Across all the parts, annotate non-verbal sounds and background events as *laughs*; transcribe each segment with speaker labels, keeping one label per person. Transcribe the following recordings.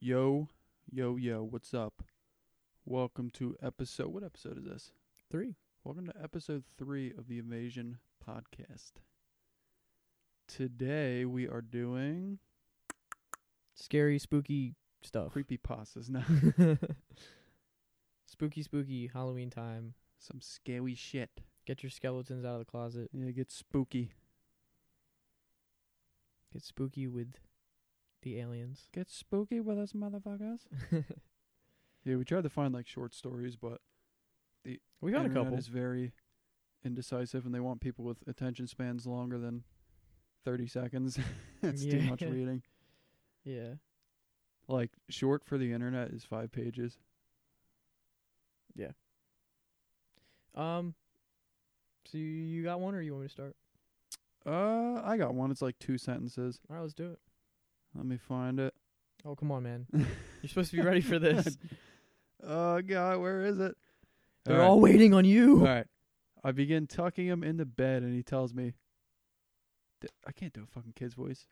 Speaker 1: Yo, yo, yo, what's up? Welcome to episode. What episode is this?
Speaker 2: Three.
Speaker 1: Welcome to episode three of the Invasion Podcast. Today we are
Speaker 2: *sighs*
Speaker 1: doing
Speaker 2: Scary, spooky stuff.
Speaker 1: creepy pastas. *laughs* Now,
Speaker 2: *laughs* spooky, spooky Halloween time.
Speaker 1: some scary shit.
Speaker 2: Get your skeletons out of the closet.
Speaker 1: Yeah, get spooky.
Speaker 2: Get spooky with the aliens. *laughs*
Speaker 1: Get spooky with us, motherfuckers. Yeah, we tried to find like short stories, but
Speaker 2: we got a
Speaker 1: internet
Speaker 2: couple.
Speaker 1: is *laughs* very indecisive, and they want people with attention spans longer than thirty seconds. *laughs* it's too
Speaker 2: Yeah.
Speaker 1: much reading.
Speaker 2: *laughs* yeah.
Speaker 1: Like short for the internet is five pages.
Speaker 2: Um. So you, you got one, or you want me to start?
Speaker 1: Uh, I got one. It's like two sentences.
Speaker 2: All right, let's do it.
Speaker 1: Let me find it.
Speaker 2: Oh, come on, man. *laughs* You're supposed to be ready for this.
Speaker 1: *laughs* Oh God, where is it?
Speaker 2: They're
Speaker 1: Alright.
Speaker 2: all waiting on *laughs*
Speaker 1: All
Speaker 2: you.
Speaker 1: right. I begin tucking him into bed, and he tells me, D- "I can't do a fucking kid's voice."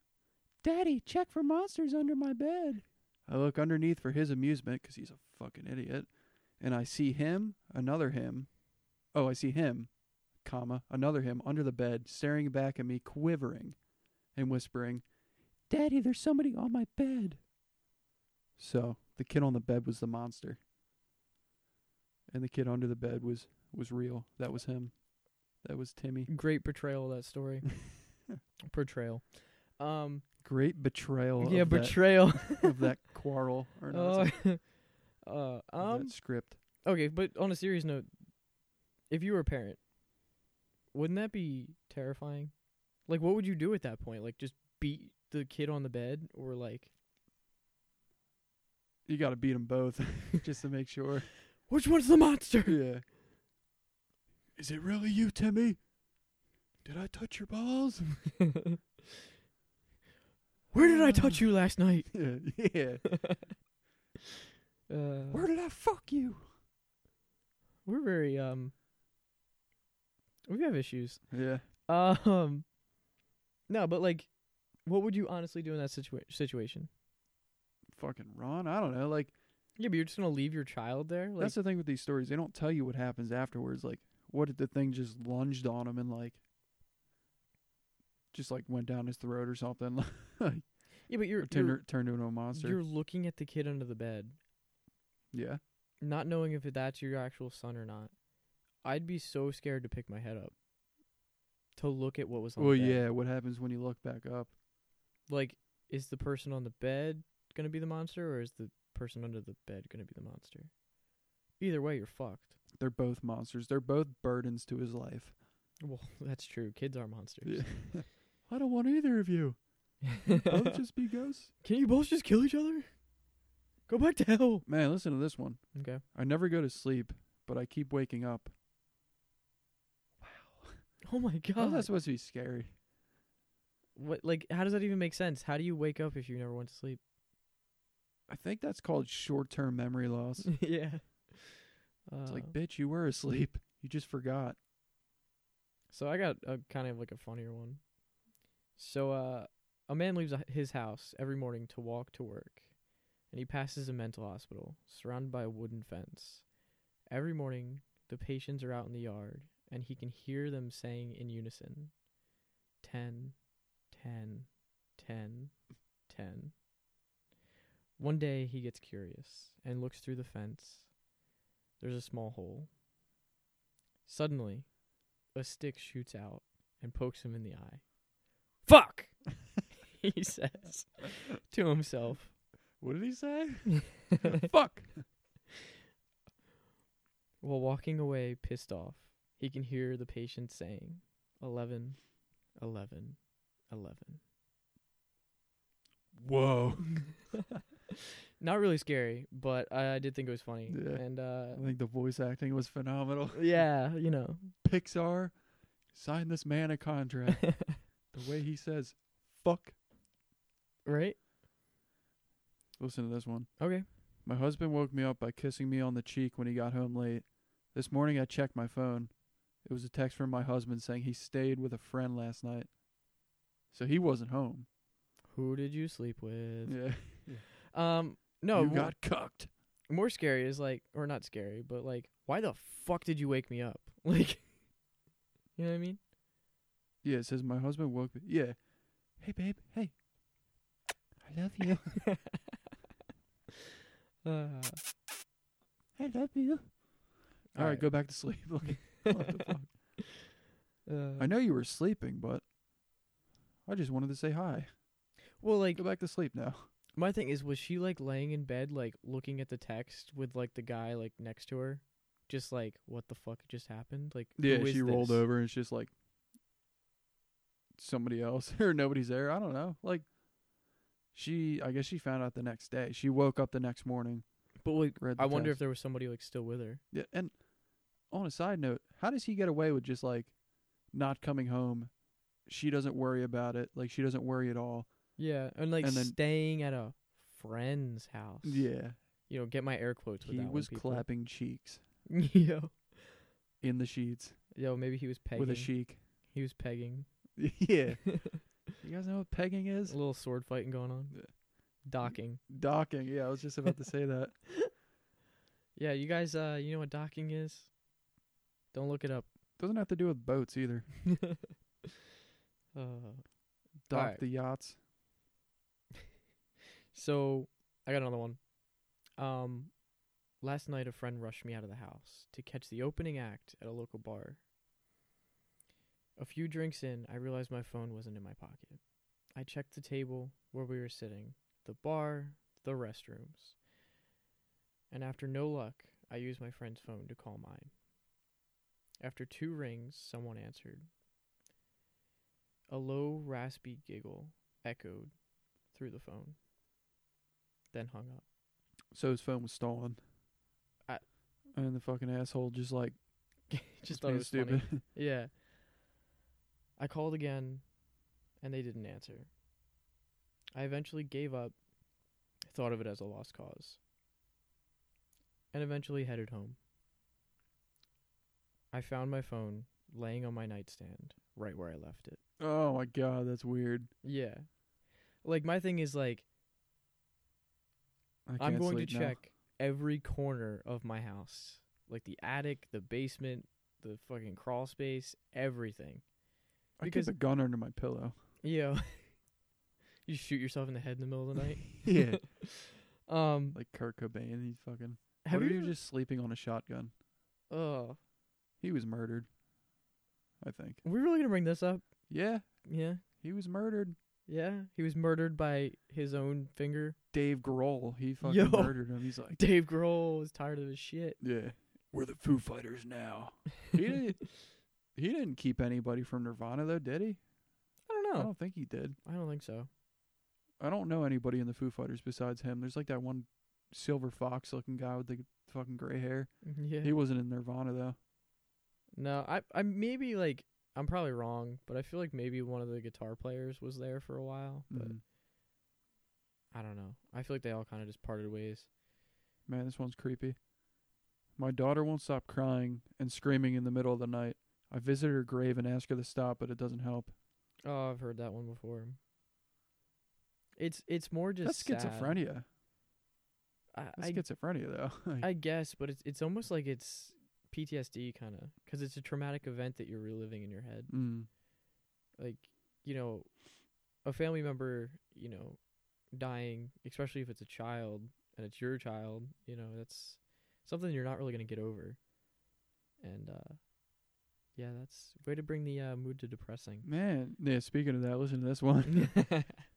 Speaker 1: Daddy, check for monsters under my bed. I look underneath for his amusement 'cause he's a fucking idiot, and I see him, another him. Oh, I see him, comma, another him under the bed, staring back at me, quivering, and whispering, "Daddy, there's somebody on my bed." So the kid on the bed was the monster, and the kid under the bed was was real. That was him. That was
Speaker 2: *laughs*
Speaker 1: Timmy.
Speaker 2: Great portrayal of that story. portrayal. Um.
Speaker 1: Great betrayal.
Speaker 2: yeah,
Speaker 1: of
Speaker 2: betrayal.
Speaker 1: That, of that quarrel or no, it's
Speaker 2: *laughs*
Speaker 1: like,
Speaker 2: Oh. *laughs* uh.
Speaker 1: of
Speaker 2: Um.
Speaker 1: that script.
Speaker 2: Okay, but on a serious note, if you were a parent, wouldn't that be terrifying? Like, what would you do at that point? Like, just beat the kid on the bed, or like,
Speaker 1: You got to beat 'em both *laughs* just to make
Speaker 2: *laughs*
Speaker 1: sure.
Speaker 2: which one's the *laughs* monster?
Speaker 1: Yeah. Is it really you, Timmy? Did I touch your balls?
Speaker 2: Where did I touch you last night?
Speaker 1: yeah. *laughs* yeah.
Speaker 2: Uh,
Speaker 1: Where did I fuck you?
Speaker 2: we're very um, we have issues.
Speaker 1: Yeah.
Speaker 2: Um, no, but like, what would you honestly do in that situa- situation?
Speaker 1: Fucking Ron. I don't know. Like
Speaker 2: Yeah, but you're just gonna leave your child there. Like,
Speaker 1: that's the thing with these stories. They don't tell you what happens afterwards. Like what if the thing just lunged on him and like just like went down his throat or something? *laughs*
Speaker 2: yeah, but
Speaker 1: Or
Speaker 2: you're
Speaker 1: turned
Speaker 2: you're,
Speaker 1: her, turned her into a monster.
Speaker 2: you're looking at the kid under the bed.
Speaker 1: yeah.
Speaker 2: not knowing if that's your actual son or not, I'd be so scared to pick my head up to look at what was on
Speaker 1: Well,
Speaker 2: the bed.
Speaker 1: yeah. What happens when you look back up?
Speaker 2: Like, is the person on the bed going to be the monster or is the person under the bed going to be the monster? Either way, you're fucked.
Speaker 1: They're both monsters. They're both burdens to his life.
Speaker 2: Well, *laughs* that's true. Kids are monsters.
Speaker 1: I don't want either of *laughs* you.
Speaker 2: *laughs*
Speaker 1: Both just be ghosts.
Speaker 2: Can you both just kill each other? Go back to hell.
Speaker 1: Man, listen to this one.
Speaker 2: Okay.
Speaker 1: I never go to sleep, but I keep waking up.
Speaker 2: Oh my
Speaker 1: How's
Speaker 2: god.
Speaker 1: that supposed to be scary?
Speaker 2: what like how does that even make sense? How do you wake up if you never went
Speaker 1: *laughs*
Speaker 2: to sleep?
Speaker 1: I think that's called short-term memory *laughs* loss.
Speaker 2: yeah. *laughs* Uh,
Speaker 1: it's like, bitch, you were asleep. You just forgot.
Speaker 2: So I got a kind of like a funnier one. So uh, a man leaves a- his house every morning to walk to work, and he passes a mental hospital surrounded by a wooden fence. Every morning, the patients are out in the yard, and he can hear them saying in unison, ten, ten, ten, ten. One day he gets curious and looks through the fence. There's a small hole. Suddenly, a stick shoots out and pokes him in the eye. Fuck! *laughs* he says
Speaker 1: *laughs*
Speaker 2: to himself.
Speaker 1: What did he say? *laughs* Fuck.
Speaker 2: While walking away pissed off, he can hear the patient saying, "Eleven, eleven, eleven."
Speaker 1: Whoa.
Speaker 2: Not really scary, but I, I did think it was funny.
Speaker 1: Yeah.
Speaker 2: And uh
Speaker 1: I think the voice acting was phenomenal. *laughs*
Speaker 2: yeah, you know.
Speaker 1: Pixar, sign this man a *laughs* contract. the way he says, fuck.
Speaker 2: right?
Speaker 1: Listen to this one.
Speaker 2: Okay.
Speaker 1: My husband woke me up by kissing me on the cheek when he got home late. This morning I checked my phone. It was a text from my husband saying he stayed with a friend last night. So he wasn't home.
Speaker 2: Who did you sleep with?
Speaker 1: Yeah.
Speaker 2: Um No,
Speaker 1: you
Speaker 2: mo-
Speaker 1: got cucked.
Speaker 2: more scary is like, or not scary, but like, why the fuck did you wake me up? *laughs* Like, you know what I mean?
Speaker 1: Yeah, it says my husband woke me. Yeah. Hey, babe. Hey. I love you. *laughs*
Speaker 2: Uh,
Speaker 1: I love you. All right,
Speaker 2: Alright.
Speaker 1: go back to sleep. *laughs* Like, what the fuck? I
Speaker 2: uh,
Speaker 1: know you were sleeping, but I just wanted to say hi.
Speaker 2: *laughs* well, like,
Speaker 1: Go back to sleep now.
Speaker 2: my thing is, was she like laying in bed, like looking at the text with like the guy like next to her, just like, what the fuck just happened? Like,
Speaker 1: *laughs*
Speaker 2: who
Speaker 1: Yeah,
Speaker 2: is
Speaker 1: she rolled
Speaker 2: this?
Speaker 1: over and it's just like somebody else *laughs* or nobody's there. I don't know. Like she, I guess she found out the next day. She woke up the next morning.
Speaker 2: But like,
Speaker 1: Read the
Speaker 2: I wonder if
Speaker 1: text.
Speaker 2: there was somebody like still with her.
Speaker 1: Yeah, and on a side note, how does he get away with just like not coming home? She doesn't worry about it. Like she doesn't worry at all.
Speaker 2: Yeah, and like
Speaker 1: And then-
Speaker 2: staying at a friend's house.
Speaker 1: Yeah,
Speaker 2: you know, get my air quotes. with
Speaker 1: he
Speaker 2: that one,
Speaker 1: was
Speaker 2: people.
Speaker 1: clapping cheeks
Speaker 2: *laughs* yo,
Speaker 1: in the sheets
Speaker 2: yo, maybe he was pegging.
Speaker 1: with a chic.
Speaker 2: he was pegging.
Speaker 1: *laughs*
Speaker 2: *laughs*
Speaker 1: yeah, you guys know what pegging
Speaker 2: A
Speaker 1: is?
Speaker 2: little sword fighting going on.
Speaker 1: Yeah.
Speaker 2: Docking.
Speaker 1: Docking. Yeah, I was just about to say that.
Speaker 2: Yeah, you guys, uh, you know what docking is? Don't look it up.
Speaker 1: *laughs* Doesn't have to do with boats either.
Speaker 2: uh,
Speaker 1: Dock
Speaker 2: Alright.
Speaker 1: the yachts.
Speaker 2: so I got another one. Um, last night a friend rushed me out of the house to catch the opening act at a local bar. A few drinks in, I realized my phone wasn't in my pocket. I checked the table where we were sitting, the bar, the restrooms. And after no luck, I used my friend's phone to call mine. After two rings, someone answered. A low, raspy giggle echoed through the phone, then hung up.
Speaker 1: So his phone was stolen.
Speaker 2: I-
Speaker 1: and the fucking asshole just like was
Speaker 2: *laughs*
Speaker 1: *laughs*
Speaker 2: Just thought it
Speaker 1: being
Speaker 2: was funny.
Speaker 1: stupid.
Speaker 2: Yeah. I called again, and they didn't answer. I eventually gave up, thought of it as a lost cause, and eventually headed home. I found my phone laying on my nightstand right where I left it.
Speaker 1: *laughs* oh my god, that's weird.
Speaker 2: Yeah. Like, my thing is, like,
Speaker 1: I can't
Speaker 2: I'm going to
Speaker 1: sleep now.
Speaker 2: check every corner of my house, like the attic, the basement, the fucking crawl space, everything.
Speaker 1: I keep
Speaker 2: because-
Speaker 1: a gun under my pillow.
Speaker 2: Yo, *laughs* you shoot yourself in the head in the middle of
Speaker 1: *laughs*
Speaker 2: the night.
Speaker 1: yeah,
Speaker 2: Um,
Speaker 1: like Kurt Cobain. He's fucking.
Speaker 2: have
Speaker 1: what
Speaker 2: you,
Speaker 1: if he was
Speaker 2: ever-
Speaker 1: just sleeping on a shotgun?
Speaker 2: Oh,
Speaker 1: He was murdered. I think.
Speaker 2: we're really gonna bring this up?
Speaker 1: Yeah,
Speaker 2: Yeah,
Speaker 1: he was murdered.
Speaker 2: yeah. He was murdered by his own finger. *laughs*
Speaker 1: Dave Grohl. He fucking
Speaker 2: Yo.
Speaker 1: murdered him. He's
Speaker 2: *laughs*
Speaker 1: like,
Speaker 2: Dave Grohl was tired of his shit.
Speaker 1: yeah, we're the Foo Fighters now. He didn't. He didn't keep anybody from Nirvana though, did he?
Speaker 2: I don't
Speaker 1: I
Speaker 2: know.
Speaker 1: don't think he did.
Speaker 2: I don't think so. *laughs*
Speaker 1: I don't know anybody in the Foo Fighters besides him. There's like that one silver fox looking guy with the fucking gray hair.
Speaker 2: Yeah.
Speaker 1: He wasn't in Nirvana though.
Speaker 2: No, I I maybe like I'm probably wrong, but I feel like maybe one of the guitar players was there for a while, but
Speaker 1: Mm.
Speaker 2: I don't know. I feel like they all kind of just parted ways.
Speaker 1: Man, this one's creepy. My daughter won't stop crying and screaming in the middle of the night. I visit her grave and ask her to stop, but it doesn't help.
Speaker 2: Oh, I've heard that one before. It's it's more just sad.
Speaker 1: That's schizophrenia.
Speaker 2: I,
Speaker 1: That's
Speaker 2: I
Speaker 1: schizophrenia though. *laughs* Like,
Speaker 2: *laughs* I guess, but it's it's almost like it's PTSD kind of because it's a traumatic event that you're reliving in your head.
Speaker 1: mm,
Speaker 2: Like you know, a family member, you know, dying, especially if it's a child and it's your child. You know, that's something you're not really gonna get over. And uh yeah, that's way to bring the uh, mood to
Speaker 1: *laughs*
Speaker 2: depressing. *laughs*
Speaker 1: man, yeah. Speaking of that, listen to this one. *laughs*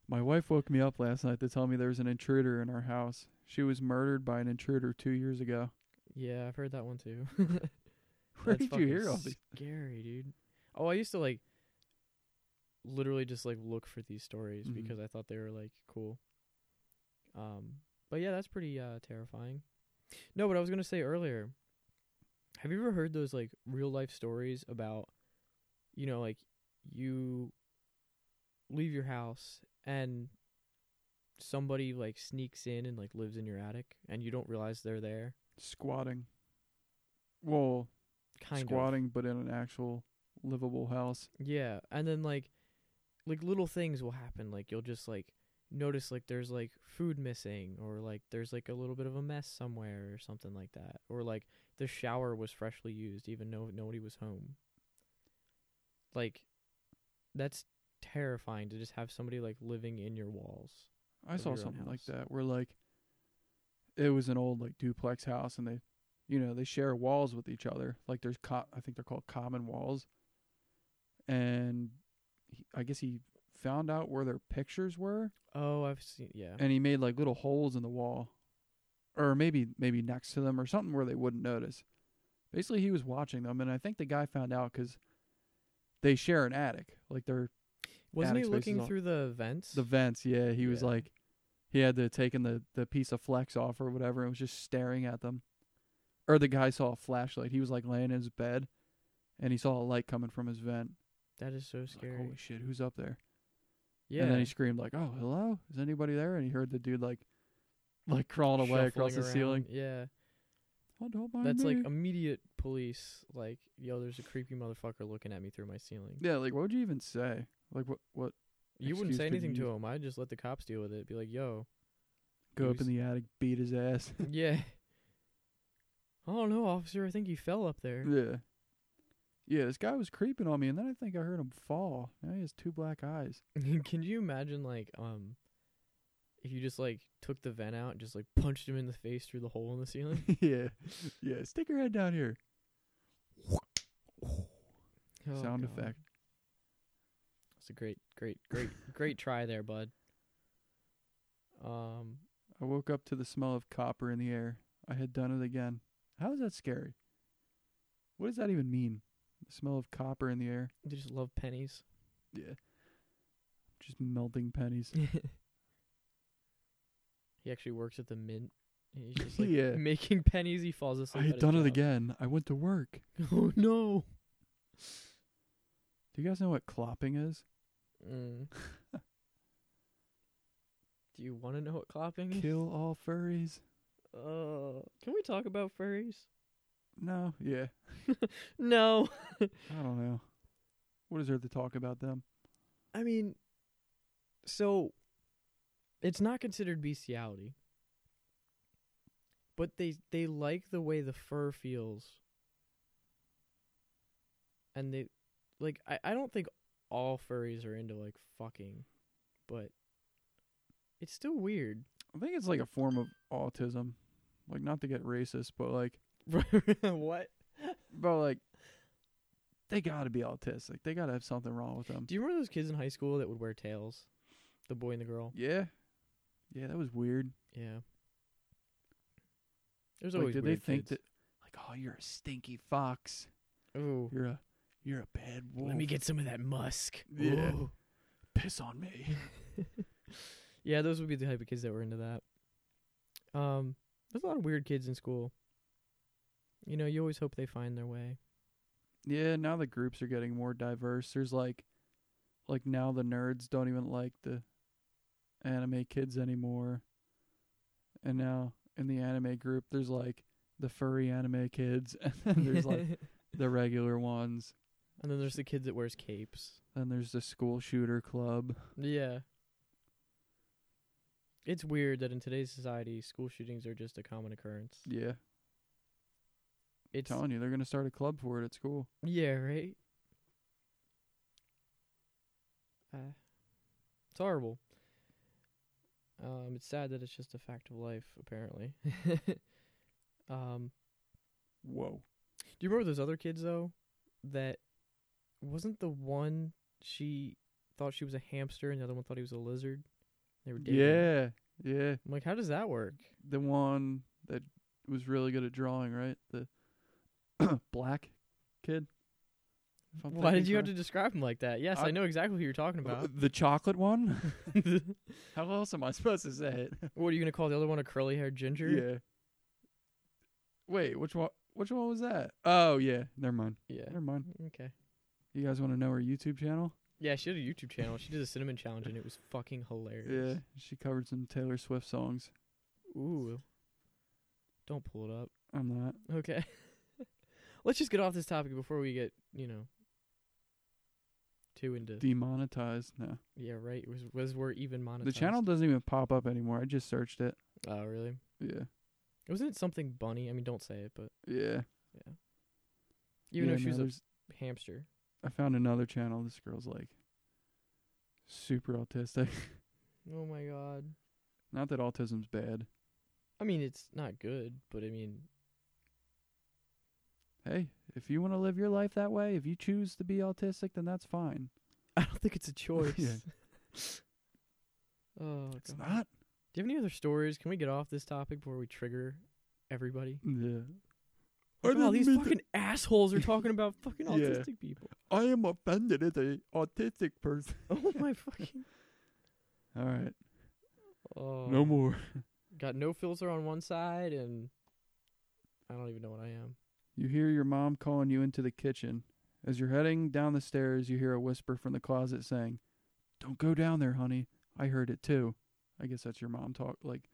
Speaker 1: My wife woke me up last night to tell me there was an intruder in our house. She was murdered by an intruder two years ago.
Speaker 2: yeah, I've heard that one too. *laughs*
Speaker 1: Where
Speaker 2: That's
Speaker 1: did you
Speaker 2: fucking
Speaker 1: hear all these?
Speaker 2: Scary, dude. Oh, I used to like literally just like look for these stories
Speaker 1: Mhm.
Speaker 2: because I thought they were like cool. Um, but yeah, that's pretty uh terrifying. No, but I was gonna say earlier. Have you ever heard those like real life stories about, you know, like you leave your house and somebody like sneaks in and like lives in your attic and you don't realize they're there?
Speaker 1: Squatting. Well,
Speaker 2: Kind of.
Speaker 1: squatting, but in an actual livable house.
Speaker 2: Yeah, and then like like little things will happen. Like you'll just like notice like there's like food missing or like there's like a little bit of a mess somewhere or something like that or like the shower was freshly used even though nobody was home like that's terrifying to just have somebody like living in your walls
Speaker 1: I
Speaker 2: of
Speaker 1: saw
Speaker 2: your own
Speaker 1: something like
Speaker 2: house.
Speaker 1: that where like it was an old like duplex house and they you know they share walls with each other like there's co- I think they're called common walls and he, I guess he found out where their pictures were
Speaker 2: oh i've seen yeah
Speaker 1: and he made like little holes in the wall or maybe maybe next to them or something where they wouldn't notice basically he was watching them and I think the guy found out 'cause they share an attic like they're
Speaker 2: *laughs* wasn't he
Speaker 1: attic spaces
Speaker 2: looking
Speaker 1: on-
Speaker 2: through the vents
Speaker 1: the vents, yeah. He was
Speaker 2: Yeah.
Speaker 1: like, he had to taken the the piece of flex off or whatever, and was just staring at them. Or the guy saw a flashlight. He was like laying in his bed, and he saw a light coming from his vent.
Speaker 2: that is so
Speaker 1: He's like,
Speaker 2: scary
Speaker 1: Holy shit, who's up there?
Speaker 2: yeah
Speaker 1: And then he screamed like, "Oh, hello, is anybody there?" And he heard the dude like, like crawling away across
Speaker 2: shuffling
Speaker 1: the ceiling.
Speaker 2: around. yeah
Speaker 1: Oh, don't mind
Speaker 2: that's like um,
Speaker 1: me."
Speaker 2: immediate police like yo there's a creepy motherfucker looking at me through
Speaker 1: *laughs*
Speaker 2: my ceiling
Speaker 1: yeah, like what would you even say? Like what what?
Speaker 2: you wouldn't
Speaker 1: excuse
Speaker 2: say
Speaker 1: could you
Speaker 2: anything
Speaker 1: use?
Speaker 2: to him i'd just let the cops deal with it be like yo
Speaker 1: *laughs* Go up in
Speaker 2: Use-
Speaker 1: the attic, beat his ass.
Speaker 2: yeah. I don't know, officer. I think he fell up there.
Speaker 1: yeah. Yeah, this guy was creeping on me, and then I think I heard him fall. Now he has two black eyes.
Speaker 2: *laughs* Can you imagine, like, um, if you just like took the vent out and just like punched him in the face through the hole in the ceiling?
Speaker 1: *laughs* yeah, yeah. Stick your head down here.
Speaker 2: Oh,
Speaker 1: Sound
Speaker 2: God.
Speaker 1: effect.
Speaker 2: That's a great, great, great, great try there, bud. Um,
Speaker 1: I woke up to the smell of copper in the air. I had done it again. How is that scary? What does that even mean? The smell of copper in the air.
Speaker 2: they just love pennies.
Speaker 1: Yeah. Just melting pennies.
Speaker 2: he actually works at the mint. and He's just
Speaker 1: *laughs*
Speaker 2: like
Speaker 1: Yeah.
Speaker 2: making pennies. He falls
Speaker 1: I
Speaker 2: asleep. at
Speaker 1: had
Speaker 2: his
Speaker 1: done it
Speaker 2: job.
Speaker 1: again. I went to work.
Speaker 2: *laughs* Oh no.
Speaker 1: Do you guys know what clopping is?
Speaker 2: Mm. Do you want to know what clopping is?
Speaker 1: Kill all furries.
Speaker 2: Uh, can we talk about furries?
Speaker 1: No. Yeah.
Speaker 2: No.
Speaker 1: I don't know. What is there to talk about them?
Speaker 2: I mean, so it's not considered bestiality, but they they like the way the fur feels, and they like I I don't think all furries are into like fucking, but it's still weird. *laughs*
Speaker 1: I think it's like a form of autism. Like not to get racist, but like
Speaker 2: what?
Speaker 1: Bro, like, they gotta be autistic. They gotta have something wrong with them.
Speaker 2: Do you remember those kids in high school that would wear tails? The boy and the girl.
Speaker 1: Yeah, yeah, that was weird.
Speaker 2: Yeah. There's
Speaker 1: like,
Speaker 2: always
Speaker 1: did they
Speaker 2: weird
Speaker 1: think
Speaker 2: kids.
Speaker 1: that, like, oh, you're a stinky fox.
Speaker 2: that? Ooh.
Speaker 1: You're a, you're a bad wolf.
Speaker 2: Let me get some of that musk.
Speaker 1: Yeah.
Speaker 2: Ooh.
Speaker 1: piss on me.
Speaker 2: Yeah, those would be the type of kids that were into that. Um, there's a lot of weird kids in school. You know, you always hope they find their way.
Speaker 1: yeah, now the groups are getting more diverse. There's like, like now the nerds don't even like the anime kids anymore. And now in the anime group, there's like the furry anime kids, *laughs* *laughs* and then there's
Speaker 2: *laughs*
Speaker 1: like the regular ones.
Speaker 2: and then there's the kids that wears capes.
Speaker 1: Then there's the school shooter club.
Speaker 2: Yeah. It's weird that in today's society, school shootings are just a common occurrence.
Speaker 1: Yeah,
Speaker 2: It's
Speaker 1: telling you, they're gonna start a club for it at school.
Speaker 2: Yeah, right. Uh, it's horrible. Um, it's sad that it's just a fact of life, apparently. *laughs* um,
Speaker 1: Whoa.
Speaker 2: do you remember those other kids though? That wasn't the one she thought she was a hamster, and the other one thought he was a lizard. They were dating.
Speaker 1: Yeah, yeah.
Speaker 2: I'm like, how does that work?
Speaker 1: The one that was really good at drawing, right? The *coughs* black kid. If I'm
Speaker 2: Why did
Speaker 1: thinking
Speaker 2: you have to
Speaker 1: correct.
Speaker 2: describe him like that? Yes, I,
Speaker 1: I-
Speaker 2: know exactly who you're talking
Speaker 1: Uh, *laughs*
Speaker 2: about. *laughs*
Speaker 1: The chocolate one? *laughs*
Speaker 2: what
Speaker 1: How else am I supposed to say it?
Speaker 2: are you gonna call the other one a curly-haired ginger?
Speaker 1: yeah. Wait, which one? Which one was that? Oh yeah, never mind.
Speaker 2: Yeah.
Speaker 1: Never mind.
Speaker 2: Okay.
Speaker 1: You guys want to know her YouTube channel?
Speaker 2: Yeah, she had a YouTube channel. She did a cinnamon challenge and it was fucking
Speaker 1: Yeah,
Speaker 2: hilarious.
Speaker 1: she covered some Taylor Swift songs.
Speaker 2: Ooh. Don't pull it up.
Speaker 1: I'm not.
Speaker 2: Okay. Let's just get off this topic before we get, you know, too into
Speaker 1: Demonetized. No,
Speaker 2: yeah right was was we're even monetized.
Speaker 1: the channel doesn't even pop up anymore. I just searched it.
Speaker 2: Oh really?
Speaker 1: Yeah,
Speaker 2: Wasn't it something bunny? I mean, don't say it, but
Speaker 1: yeah.
Speaker 2: yeah. Even
Speaker 1: yeah,
Speaker 2: though she
Speaker 1: no,
Speaker 2: was a
Speaker 1: there's-
Speaker 2: hamster.
Speaker 1: I found another channel. This girl's like super autistic. *laughs*
Speaker 2: Oh my god.
Speaker 1: Not that autism's bad.
Speaker 2: I mean, it's not good, but I mean,
Speaker 1: Hey, if you want to live your life that way, if you choose to be autistic, then that's fine.
Speaker 2: I don't think *laughs* it's a choice.
Speaker 1: Yeah.
Speaker 2: oh god.
Speaker 1: It's not.
Speaker 2: Do you have any other stories? Can we get off this topic before we trigger everybody?
Speaker 1: Yeah. I
Speaker 2: Like, wow,
Speaker 1: didn't
Speaker 2: these
Speaker 1: mean to-
Speaker 2: fucking assholes are talking about fucking
Speaker 1: *laughs* Yeah.
Speaker 2: autistic people. *laughs*
Speaker 1: I am offended as a autistic person.
Speaker 2: Oh my fucking.
Speaker 1: All right,
Speaker 2: *laughs* Oh.
Speaker 1: no more.
Speaker 2: Got no filter on one side, and I don't even know what I am.
Speaker 1: You hear your mom calling you into the kitchen. As you're heading down the stairs, you hear a whisper from the closet saying, "Don't go down there, honey. I heard it too." I guess that's your mom talk, like,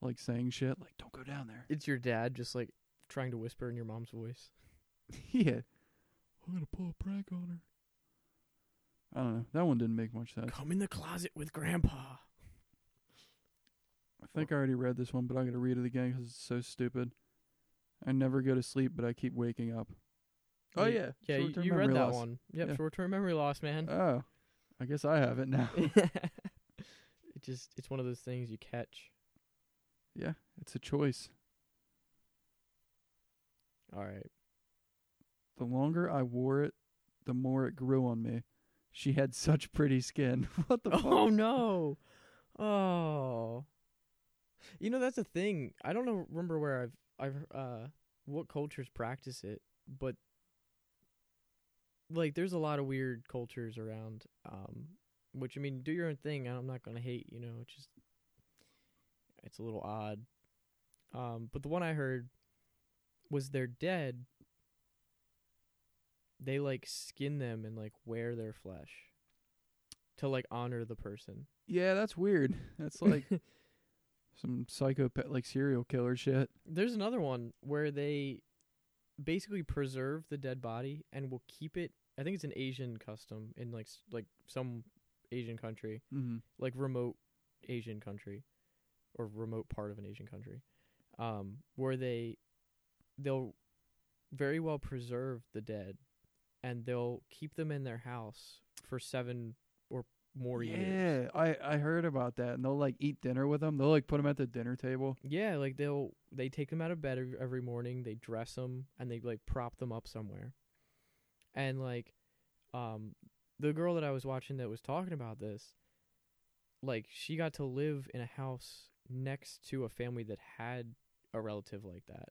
Speaker 1: like saying shit, like, "Don't go down *laughs* there."
Speaker 2: It's your dad just like trying to whisper in your mom's voice.
Speaker 1: yeah, I'm gonna pull a prank on her. I don't know. That one didn't make much sense.
Speaker 2: Come in the closet with grandpa.
Speaker 1: I think I already read this one, but I'm gonna read it again 'cause it's so stupid. I never go to sleep, but I keep waking up. Oh
Speaker 2: You-
Speaker 1: yeah,
Speaker 2: Yeah, you,
Speaker 1: Short-term
Speaker 2: you read
Speaker 1: memory
Speaker 2: that
Speaker 1: loss.
Speaker 2: one. Yep,
Speaker 1: Yeah.
Speaker 2: short term memory loss, man.
Speaker 1: Oh, I guess I have it now.
Speaker 2: *laughs*
Speaker 1: *laughs*
Speaker 2: it just it's one of those things you catch.
Speaker 1: yeah, it's a choice.
Speaker 2: All right.
Speaker 1: The longer I wore it, the more it grew on me. She had such pretty skin. *laughs* what the
Speaker 2: *laughs* Oh
Speaker 1: fuck?
Speaker 2: no. Oh. You know that's a thing. I don't know remember where I've I've uh what cultures practice it, but like there's a lot of weird cultures around um which I mean do your own thing. I'm not going to hate, you know, it's just it's a little odd. Um but the one I heard was they're dead. They like skin them and like wear their flesh to like honor the person.
Speaker 1: Yeah, that's weird. That's
Speaker 2: *laughs*
Speaker 1: like some psychopath, like serial killer shit.
Speaker 2: There's another one where they basically preserve the dead body and will keep it. I think it's an Asian custom in like s like some Asian country,
Speaker 1: Mm-hmm.
Speaker 2: like remote Asian country or remote part of an Asian country, um, where they they'll very well preserve the dead and they'll keep them in their house for seven or more years.
Speaker 1: yeah, I I heard about that, and they'll like eat dinner with them. They'll like put them at the dinner table.
Speaker 2: Yeah, like they'll they take them out of bed ev- every morning, they dress them and they like prop them up somewhere. And like um the girl that I was watching that was talking about this like she got to live in a house next to a family that had a relative like that.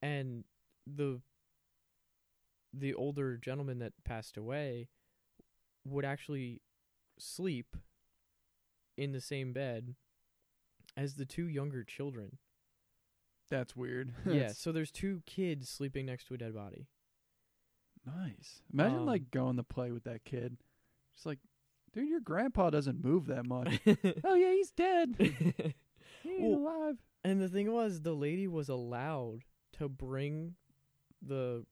Speaker 2: And the the older gentleman that passed away would actually sleep in the same bed as the two younger children
Speaker 1: That's weird. *laughs*
Speaker 2: yeah,
Speaker 1: That's
Speaker 2: so there's two kids sleeping next to a dead body. *laughs*
Speaker 1: nice. Imagine
Speaker 2: Um,
Speaker 1: like going to play with that kid. Just like, dude, your grandpa doesn't move that
Speaker 2: *laughs*
Speaker 1: much. oh yeah, he's dead.
Speaker 2: and
Speaker 1: He ain't
Speaker 2: Well,
Speaker 1: alive.
Speaker 2: the thing was, the lady was allowed to bring the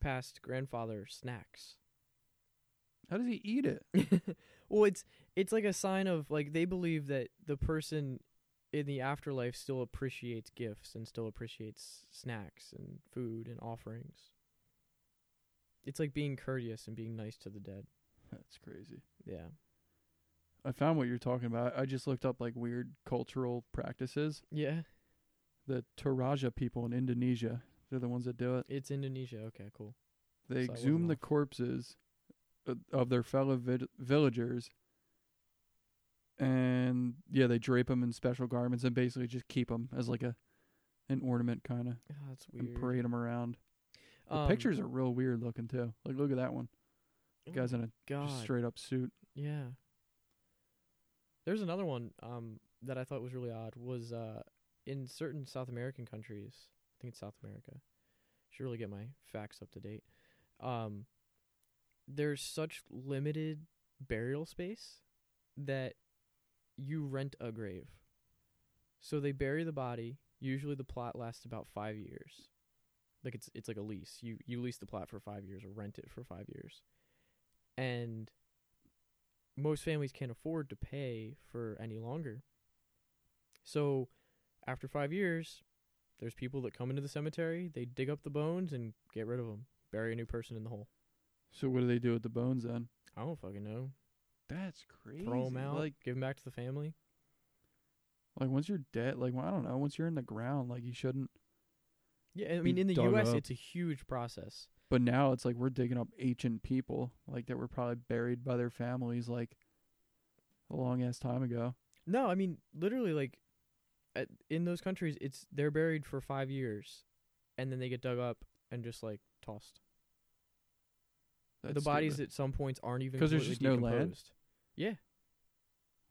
Speaker 2: past grandfather snacks.
Speaker 1: How does he eat it?
Speaker 2: well, it's it's like a sign of like they believe that the person in the afterlife still appreciates gifts and still appreciates snacks and food and offerings. It's like being courteous and being nice to the dead.
Speaker 1: That's crazy.
Speaker 2: Yeah.
Speaker 1: I found what you're talking about. I just looked up like weird cultural practices.
Speaker 2: Yeah.
Speaker 1: The Toraja people in Indonesia, they're the ones that do it.
Speaker 2: It's Indonesia. Okay, cool.
Speaker 1: They
Speaker 2: So I wasn't
Speaker 1: exhume the
Speaker 2: off.
Speaker 1: corpses uh, of their fellow vid- villagers. And yeah, they drape them in special garments and basically just keep them as like a an ornament kind of
Speaker 2: Oh, that's weird.
Speaker 1: and parade them around. The
Speaker 2: Um,
Speaker 1: pictures are real weird looking too. Like look at that one.
Speaker 2: oh
Speaker 1: guy's in a
Speaker 2: God.
Speaker 1: just straight up suit.
Speaker 2: Yeah. There's another one um, that I thought was really odd was uh, in certain South American countries. I think it's South America. Should really get my facts up to date. Um, there's such limited burial space that you rent a grave. So they bury the body. Usually the plot lasts about five years. Like it's it's like a lease. You you lease the plot for five years or rent it for five years. and most families can't afford to pay for any longer. So after 5 years, there's people that come into the cemetery, they dig up the bones and get rid of them, bury a new person in the hole.
Speaker 1: So what do they do with the bones then?
Speaker 2: I don't fucking know.
Speaker 1: That's crazy.
Speaker 2: Throw 'em out,
Speaker 1: Like,
Speaker 2: give 'em back to the family.
Speaker 1: like once you're dead, like well, I don't know. Once you're in the ground, like you shouldn't.
Speaker 2: Yeah, I
Speaker 1: Be
Speaker 2: mean in the
Speaker 1: dug
Speaker 2: US
Speaker 1: up.
Speaker 2: it's a huge process.
Speaker 1: But now it's like we're digging up ancient people, like that were probably buried by their families, like a long ass time ago.
Speaker 2: No, I mean literally like at, in those countries it's they're buried for 5 years and then they get dug up and just like tossed.
Speaker 1: That's
Speaker 2: the bodies
Speaker 1: stupid.
Speaker 2: at some points aren't even
Speaker 1: 'Cause there's
Speaker 2: completely
Speaker 1: just no land?
Speaker 2: decomposed. Yeah,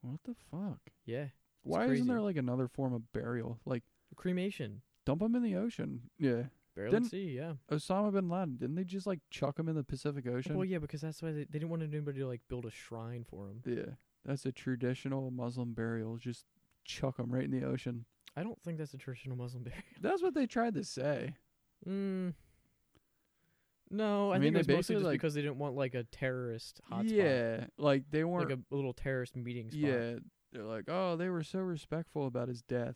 Speaker 1: What the fuck?
Speaker 2: yeah.
Speaker 1: Why isn't there
Speaker 2: crazy.
Speaker 1: like another form of burial? Like
Speaker 2: Cremation,
Speaker 1: dump them in the ocean. Yeah.
Speaker 2: barely
Speaker 1: Didn't-
Speaker 2: see. Yeah.
Speaker 1: Osama bin Laden didn't they just like chuck him in the Pacific Ocean?
Speaker 2: Well, yeah, because that's why they, they didn't want anybody to like build a shrine for him.
Speaker 1: yeah. That's a traditional Muslim burial. Just chuck him right in the ocean.
Speaker 2: I don't think that's a traditional Muslim burial. *laughs*
Speaker 1: That's what they tried to say.
Speaker 2: Mm. No, I,
Speaker 1: I mean,
Speaker 2: think
Speaker 1: they
Speaker 2: it was mostly
Speaker 1: basically,
Speaker 2: just
Speaker 1: like-
Speaker 2: because they didn't want like a terrorist hotspot.
Speaker 1: Yeah, like they weren't.
Speaker 2: Like a little terrorist meeting spot.
Speaker 1: yeah, they're like, oh, they were so respectful about his death.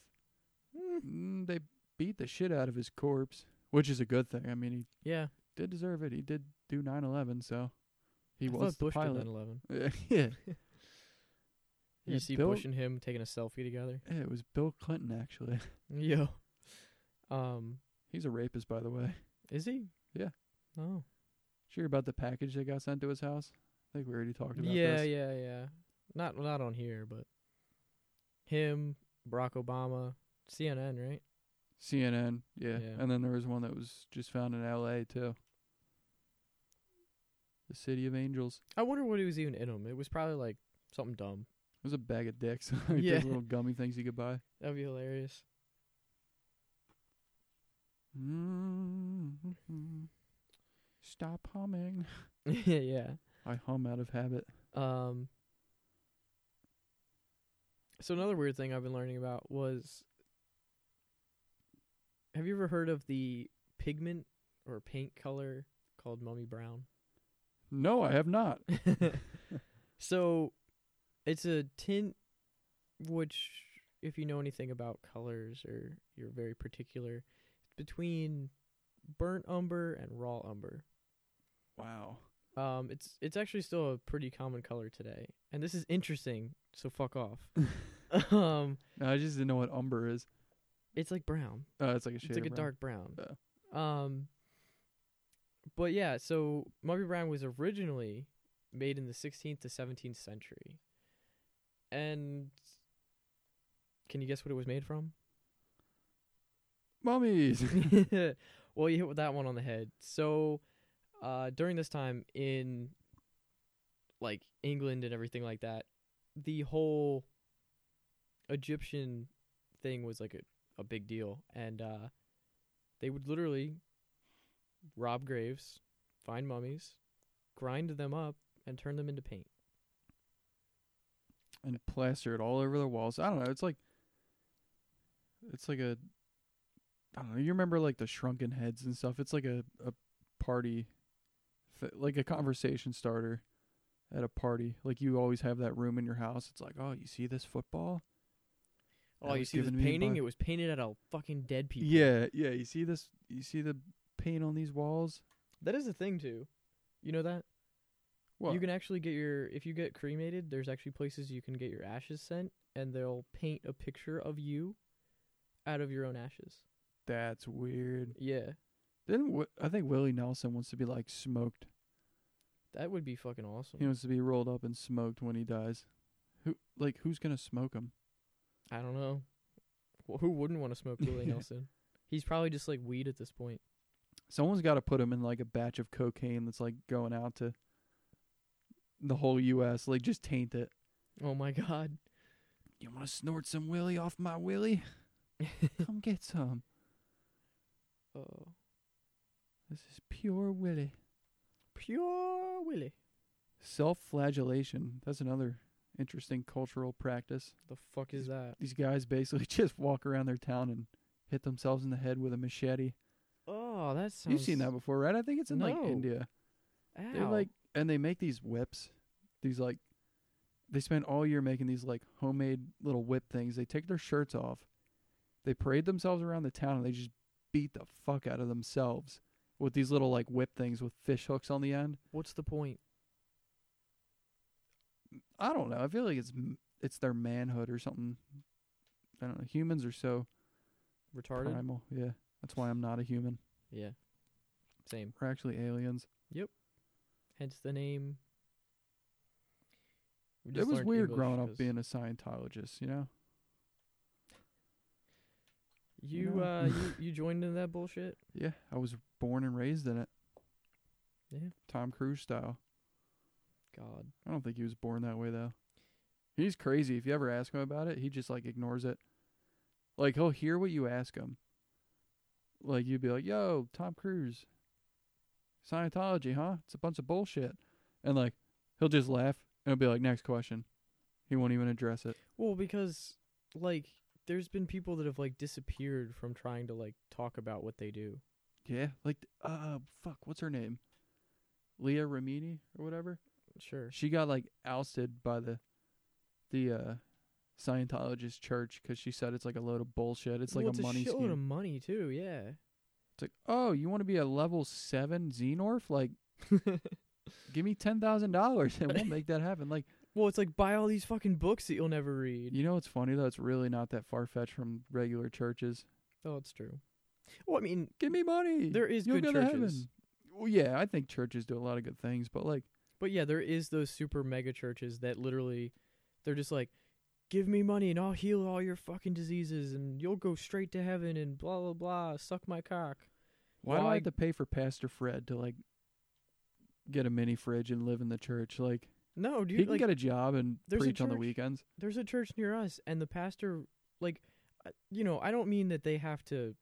Speaker 2: Mm.
Speaker 1: Mm, they beat the shit out of his corpse, which is a good thing. I mean, he
Speaker 2: Yeah.
Speaker 1: did deserve it. He did do 9/11, so he
Speaker 2: I
Speaker 1: was
Speaker 2: thought Bush
Speaker 1: the
Speaker 2: did
Speaker 1: pilot.
Speaker 2: 9/11. *laughs*
Speaker 1: yeah,
Speaker 2: You
Speaker 1: He
Speaker 2: see
Speaker 1: built-
Speaker 2: Bush and him taking a selfie together. *laughs*
Speaker 1: yeah, it was Bill Clinton actually. *laughs*
Speaker 2: Yo. Um.
Speaker 1: He's a rapist, by the way.
Speaker 2: Is he?
Speaker 1: Yeah.
Speaker 2: Oh.
Speaker 1: Sure about the package that got sent to his house? I think we already talked about
Speaker 2: Yeah,
Speaker 1: this.
Speaker 2: yeah, yeah. Not not on here, but him, Barack Obama, CNN, right?
Speaker 1: CNN, yeah.
Speaker 2: Yeah.
Speaker 1: and then there was one that was just found in L.A. too. The City of Angels.
Speaker 2: I wonder what he was even in 'em. It was probably like something dumb.
Speaker 1: It was a bag of dicks. *laughs* like
Speaker 2: Yeah.
Speaker 1: Those little gummy things you could buy.
Speaker 2: That'd be hilarious. *laughs*
Speaker 1: mm Stop humming.
Speaker 2: yeah.
Speaker 1: I hum out of habit.
Speaker 2: Um. So another weird thing I've been learning about was. Have you ever heard of the pigment or paint color called mummy brown? *laughs*
Speaker 1: No, I have not.
Speaker 2: so it's a tint which if you know anything about colors or you're very particular it's between burnt umber and raw umber
Speaker 1: Wow.
Speaker 2: um it's it's actually still a pretty common color today and this is interesting so
Speaker 1: *laughs*
Speaker 2: fuck off um
Speaker 1: No, I just didn't know what umber is.
Speaker 2: it's like brown
Speaker 1: Uh, it's like a shade.
Speaker 2: it's like a
Speaker 1: of brown.
Speaker 2: dark brown. Um, but yeah, so Mummy Brown was originally made in the 16th to 17th century, and can you guess what it was made from?
Speaker 1: mummies. *laughs*
Speaker 2: *laughs* well, you hit with that one on the head. So, uh, during this time in like England and everything like that, the whole Egyptian thing was like a, a big deal, and uh, they would literally rob graves, find mummies, grind them up, and turn them into paint.
Speaker 1: and plastered all over the walls. I don't know. It's like it's like a I don't know. You remember like the shrunken heads and stuff. It's like a a party, th- like a conversation starter at a party. Like you always have that room in your house. It's like, oh, you see this football?
Speaker 2: Oh,
Speaker 1: That
Speaker 2: you
Speaker 1: was
Speaker 2: see this
Speaker 1: given to me
Speaker 2: painting?
Speaker 1: by-
Speaker 2: It was painted out of fucking dead people.
Speaker 1: Yeah, yeah. You see this? You see the paint on these walls?
Speaker 2: that is a thing too. You know that?
Speaker 1: What?
Speaker 2: You can actually get your if you get cremated, there's actually places you can get your ashes sent and they'll paint a picture of you out of your own ashes.
Speaker 1: That's weird.
Speaker 2: Yeah.
Speaker 1: Then Wi- I think Willie Nelson wants to be like smoked.
Speaker 2: That would be fucking awesome.
Speaker 1: He wants to be rolled up and smoked when he dies. Who like who's gonna smoke him?
Speaker 2: I don't know. Wh- Who wouldn't want to smoke
Speaker 1: *laughs*
Speaker 2: Willie Nelson? He's probably just like weed at this point.
Speaker 1: Someone's got to put him in like a batch of cocaine that's like going out to the whole U.S. Like just taint it.
Speaker 2: Oh my god.
Speaker 1: You want to snort some Willie off my Willie? Come get some.
Speaker 2: oh.
Speaker 1: This is pure Willie.
Speaker 2: Pure Willie.
Speaker 1: Self-flagellation. That's another interesting cultural practice.
Speaker 2: The fuck is that?
Speaker 1: These guys basically *laughs* just walk around their town and hit themselves in the head with a machete.
Speaker 2: Oh, that sounds
Speaker 1: You've seen that before, right? I think it's in like
Speaker 2: No.
Speaker 1: India. They're
Speaker 2: Ow.
Speaker 1: like and they make these whips. These like they spend all year making these like homemade little whip things. They take their shirts off. They parade themselves around the town and they just beat the fuck out of themselves with these little like whip things with fish hooks on the end.
Speaker 2: What's the point?
Speaker 1: I don't know. I feel like it's m- it's their manhood or something. I don't know. Humans are so
Speaker 2: Retarded?
Speaker 1: primal. Yeah. That's why I'm not a human.
Speaker 2: Yeah. Same.
Speaker 1: We're actually aliens.
Speaker 2: Hence the name. We
Speaker 1: it
Speaker 2: just
Speaker 1: was
Speaker 2: learned
Speaker 1: weird
Speaker 2: English
Speaker 1: growing up
Speaker 2: 'cause
Speaker 1: being a Scientologist, you know?
Speaker 2: You
Speaker 1: know? *laughs*
Speaker 2: uh you, you joined in that bullshit?
Speaker 1: Yeah, I was born and raised in it.
Speaker 2: Yeah.
Speaker 1: Tom Cruise style.
Speaker 2: God.
Speaker 1: I don't think he was born that way though. He's crazy. If you ever ask him about it, he just like ignores it. Like he'll hear what you ask him. Like you'd be like, "Yo, Tom Cruise, Scientology, huh? It's a bunch of bullshit," and like he'll just laugh and he'll be like, "Next question." He won't even address it.
Speaker 2: Well, because like there's been people that have like disappeared from trying to like talk about what they do.
Speaker 1: Yeah, like uh, fuck, what's her name? Leah Remini or whatever.
Speaker 2: Sure.
Speaker 1: She got like ousted by the the uh Scientologist church 'cause she said it's like a load of bullshit. It's like
Speaker 2: well,
Speaker 1: a money
Speaker 2: shitload
Speaker 1: scheme.
Speaker 2: of money too. Yeah.
Speaker 1: *laughs* It's like, oh, you want to be a level seven Xenorph? Like, give me ten thousand dollars and we'll make that happen.
Speaker 2: *laughs*
Speaker 1: Like,
Speaker 2: well, it's like buy all these fucking books that you'll never read.
Speaker 1: you know what's funny though? It's really not that far fetched from regular churches.
Speaker 2: Oh, it's true. Well, I mean,
Speaker 1: Give me money.
Speaker 2: there is
Speaker 1: You'll
Speaker 2: good
Speaker 1: go to
Speaker 2: churches,
Speaker 1: heaven. Well, yeah, I think churches do a lot of good things, but like,
Speaker 2: but yeah, there is those super mega churches that literally, they're just like, give me money and I'll heal all your fucking diseases and you'll go straight to heaven and blah blah blah. Suck my cock.
Speaker 1: why do
Speaker 2: Well,
Speaker 1: I
Speaker 2: I-
Speaker 1: have to pay for Pastor Fred to like get a mini fridge and live in the church? Like,
Speaker 2: No,
Speaker 1: he
Speaker 2: dude.
Speaker 1: can
Speaker 2: like,
Speaker 1: get a job and
Speaker 2: there's a
Speaker 1: preach on the
Speaker 2: church-
Speaker 1: weekends.
Speaker 2: there's a church near us and the pastor like I- you know i don't mean that they have to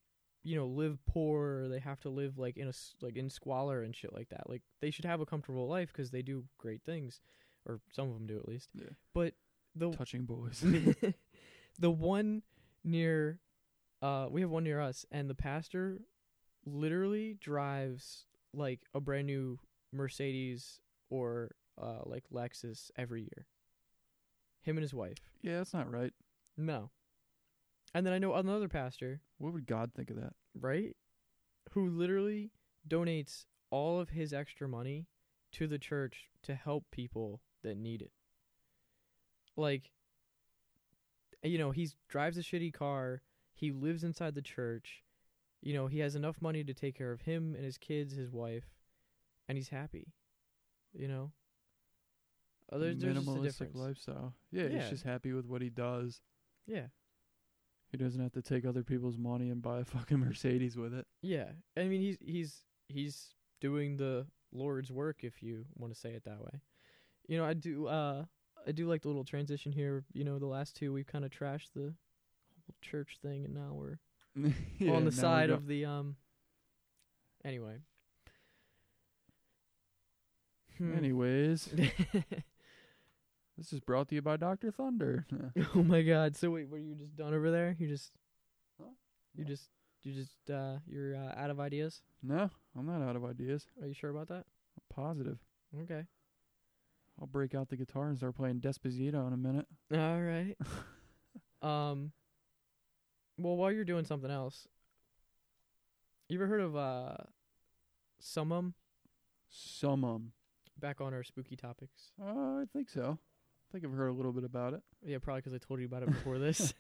Speaker 2: you know live poor or they have to live like in a s like in squalor and shit like that like they should have a comfortable life 'cause they do great things or some of them do at least
Speaker 1: Yeah.
Speaker 2: but the
Speaker 1: Touching boys.
Speaker 2: *laughs*
Speaker 1: *laughs*
Speaker 2: the one near uh we have one near us and the pastor literally drives like a brand new mercedes or uh like lexus every year him and his wife
Speaker 1: yeah, that's not right.
Speaker 2: no. And then I know another pastor,
Speaker 1: What would God think of that?
Speaker 2: right? Who literally donates all of his extra money to the church to help people that need it. Like you know, he drives a shitty car, he lives inside the church. You know, he has enough money to take care of him and his kids, his wife, and he's happy. You know? Uh, there's, there's just a
Speaker 1: Minimalistic
Speaker 2: difference.
Speaker 1: lifestyle. Yeah, he's
Speaker 2: Yeah.
Speaker 1: just happy with what he does.
Speaker 2: Yeah.
Speaker 1: He doesn't have to take other people's money and buy a fucking *laughs* Mercedes with it.
Speaker 2: Yeah, I mean he's he's he's doing the Lord's work if you want to say it that way. You know, I do uh I do like the little transition here. You know, the last two we've kind of trashed the whole church thing, and now we're
Speaker 1: Yeah,
Speaker 2: on
Speaker 1: now
Speaker 2: the side
Speaker 1: we're
Speaker 2: of the um. Anyway.
Speaker 1: go-
Speaker 2: Hmm. *laughs*
Speaker 1: Anyways, this is brought to you by Doctor Thunder. *laughs*
Speaker 2: oh my God! So wait, were you just done over there? You just,
Speaker 1: Huh?
Speaker 2: you
Speaker 1: No.
Speaker 2: just, you just, uh, you're uh, out of ideas.
Speaker 1: no, I'm not out of ideas.
Speaker 2: Are you sure about that?
Speaker 1: I'm positive.
Speaker 2: Okay.
Speaker 1: I'll break out the guitar and start playing Desposito in a minute.
Speaker 2: All right. um. Well, while you're doing something else, you ever heard of uh, summum?
Speaker 1: Some um,
Speaker 2: Back on our spooky topics.
Speaker 1: uh, I think so. I think I've heard a little bit about it.
Speaker 2: Yeah, probably 'cause I told you about it before this.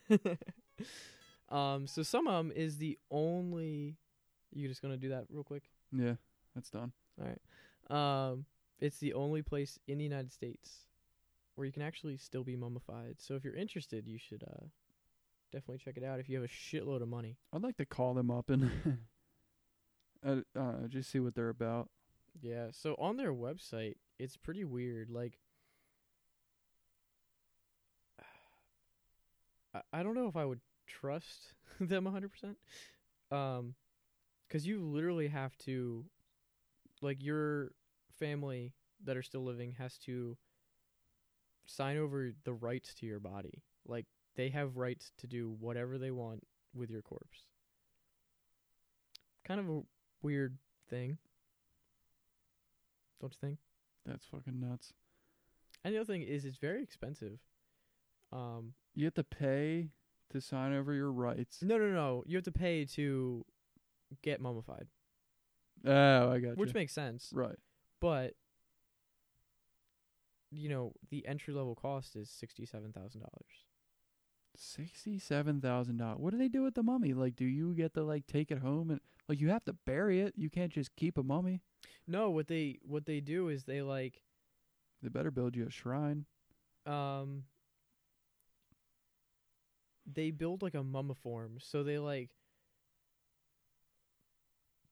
Speaker 2: *laughs* um. So summum is the only. You just gonna do that real quick?
Speaker 1: Yeah, that's done.
Speaker 2: Um, it's the only place in the United States where you can actually still be mummified. So if you're interested, you should uh, definitely check it out if you have a shitload of money.
Speaker 1: I'd like to call them up and *laughs* uh, uh, just see what they're about.
Speaker 2: Yeah, so on their website, it's pretty weird. Like, I, I don't know if I would trust *laughs* them a 100%. Um, 'cause you literally have to, like, your family that are still living has to sign over the rights to your body. Like, they have rights to do whatever they want with your corpse. Kind of a weird thing. Don't you think?
Speaker 1: That's fucking nuts.
Speaker 2: And the other thing is, it's very expensive. Um,
Speaker 1: You have to pay to sign over your rights.
Speaker 2: no, no, no. You have to pay to get mummified,
Speaker 1: Oh, I got
Speaker 2: which
Speaker 1: you.
Speaker 2: makes sense.
Speaker 1: Right.
Speaker 2: But you know, the entry level cost is sixty-seven thousand dollars.
Speaker 1: Sixty-seven thousand dollars. What do they do with the mummy? Like, do you get to like take it home and like you have to bury it? You can't just keep a mummy.
Speaker 2: No, what they what they do is they like
Speaker 1: They better build you a shrine.
Speaker 2: um they build like a mummiform so they like